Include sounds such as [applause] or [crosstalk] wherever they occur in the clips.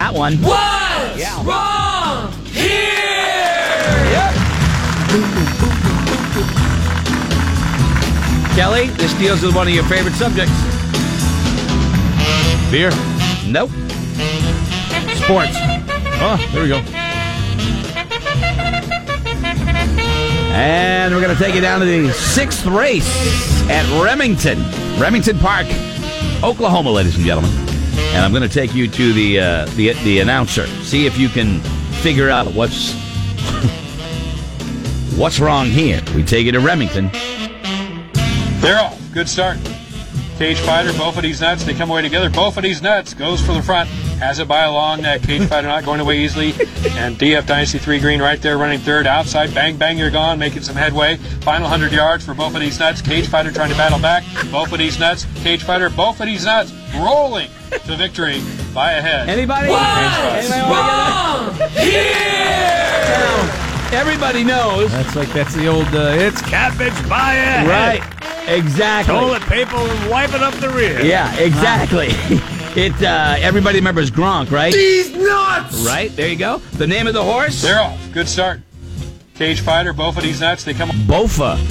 that one. What's Yeah. wrong here? Kelly, this deals with one of your favorite subjects. Beer. Nope. Sports. Oh, there we go. And we're going to take you down to the sixth race at Remington, Remington Park, Oklahoma, ladies and gentlemen. And I'm going to take you to the uh, the the announcer. See if you can figure out what's [laughs] what's wrong here. We take you to Remington. Darrell, good start. Cage fighter, both of these nuts, they come away together. Both of these nuts goes for the front, has it by a long neck. Cage fighter not going away easily. And DF Dynasty 3 Green right there running third outside. Bang, bang, you're gone, making some headway. Final 100 yards for both of these nuts. Cage fighter trying to battle back. Both of these nuts. Cage fighter, both of these nuts rolling to victory by a head. Anybody? What's wrong here? Everybody knows. That's like that's the old. Uh, [laughs] it's cabbage by it. Right. Exactly. Toilet paper wiping up the rear. Yeah, exactly. [laughs] It uh, everybody remembers Gronk, right? These nuts! Right, there you go. The name of the horse? They're off. Good start. Cage fighter, both of these nuts, they come Bofa. [laughs]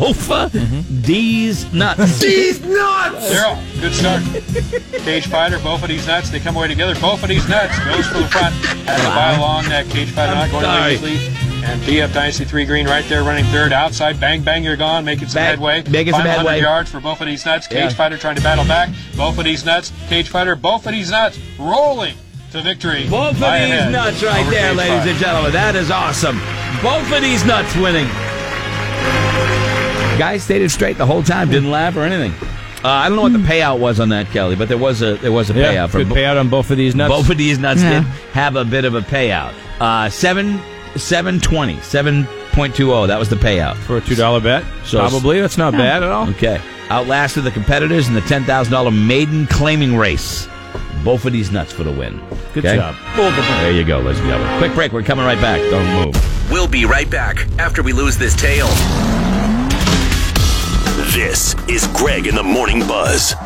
Bofa D's [laughs] nuts. These nuts! Zero. Good start. Cage fighter, both of these nuts, they come away together. Both of these nuts goes for the front. Has to buy along that cage fighter not going sorry. away easily. And DF Dynasty 3 Green right there running third outside. Bang, bang, you're gone. Making some Bang, headway. making some Final 100 headway. yards for both of these nuts. Cage Yeah. fighter trying to battle back. Both of these nuts. Cage fighter, both of these nuts rolling to victory. Both of by a these head nuts right over there, Cage ladies Fighter. and gentlemen. That is awesome. Both of these nuts winning. Guy stayed it straight the whole time, didn't laugh or anything. Uh, I don't know what the payout was on that, Kelly, but there was a there was a Yeah. payout for Good bo- payout on uh, both of these nuts. both of these nuts Yeah. did have a bit of a payout. Uh, seven seven twenty seven point two zero. That was the payout. for a two dollar bet. So- Probably. That's not bad at all. Okay. Outlasted the competitors in the $10,000 maiden claiming race. Both of these nuts for the win. Good Okay? job. There you go, ladies and gentlemen. Quick break. We're coming right back. Don't move. We'll be right back after we lose this tail. This is Greg in the Morning Buzz.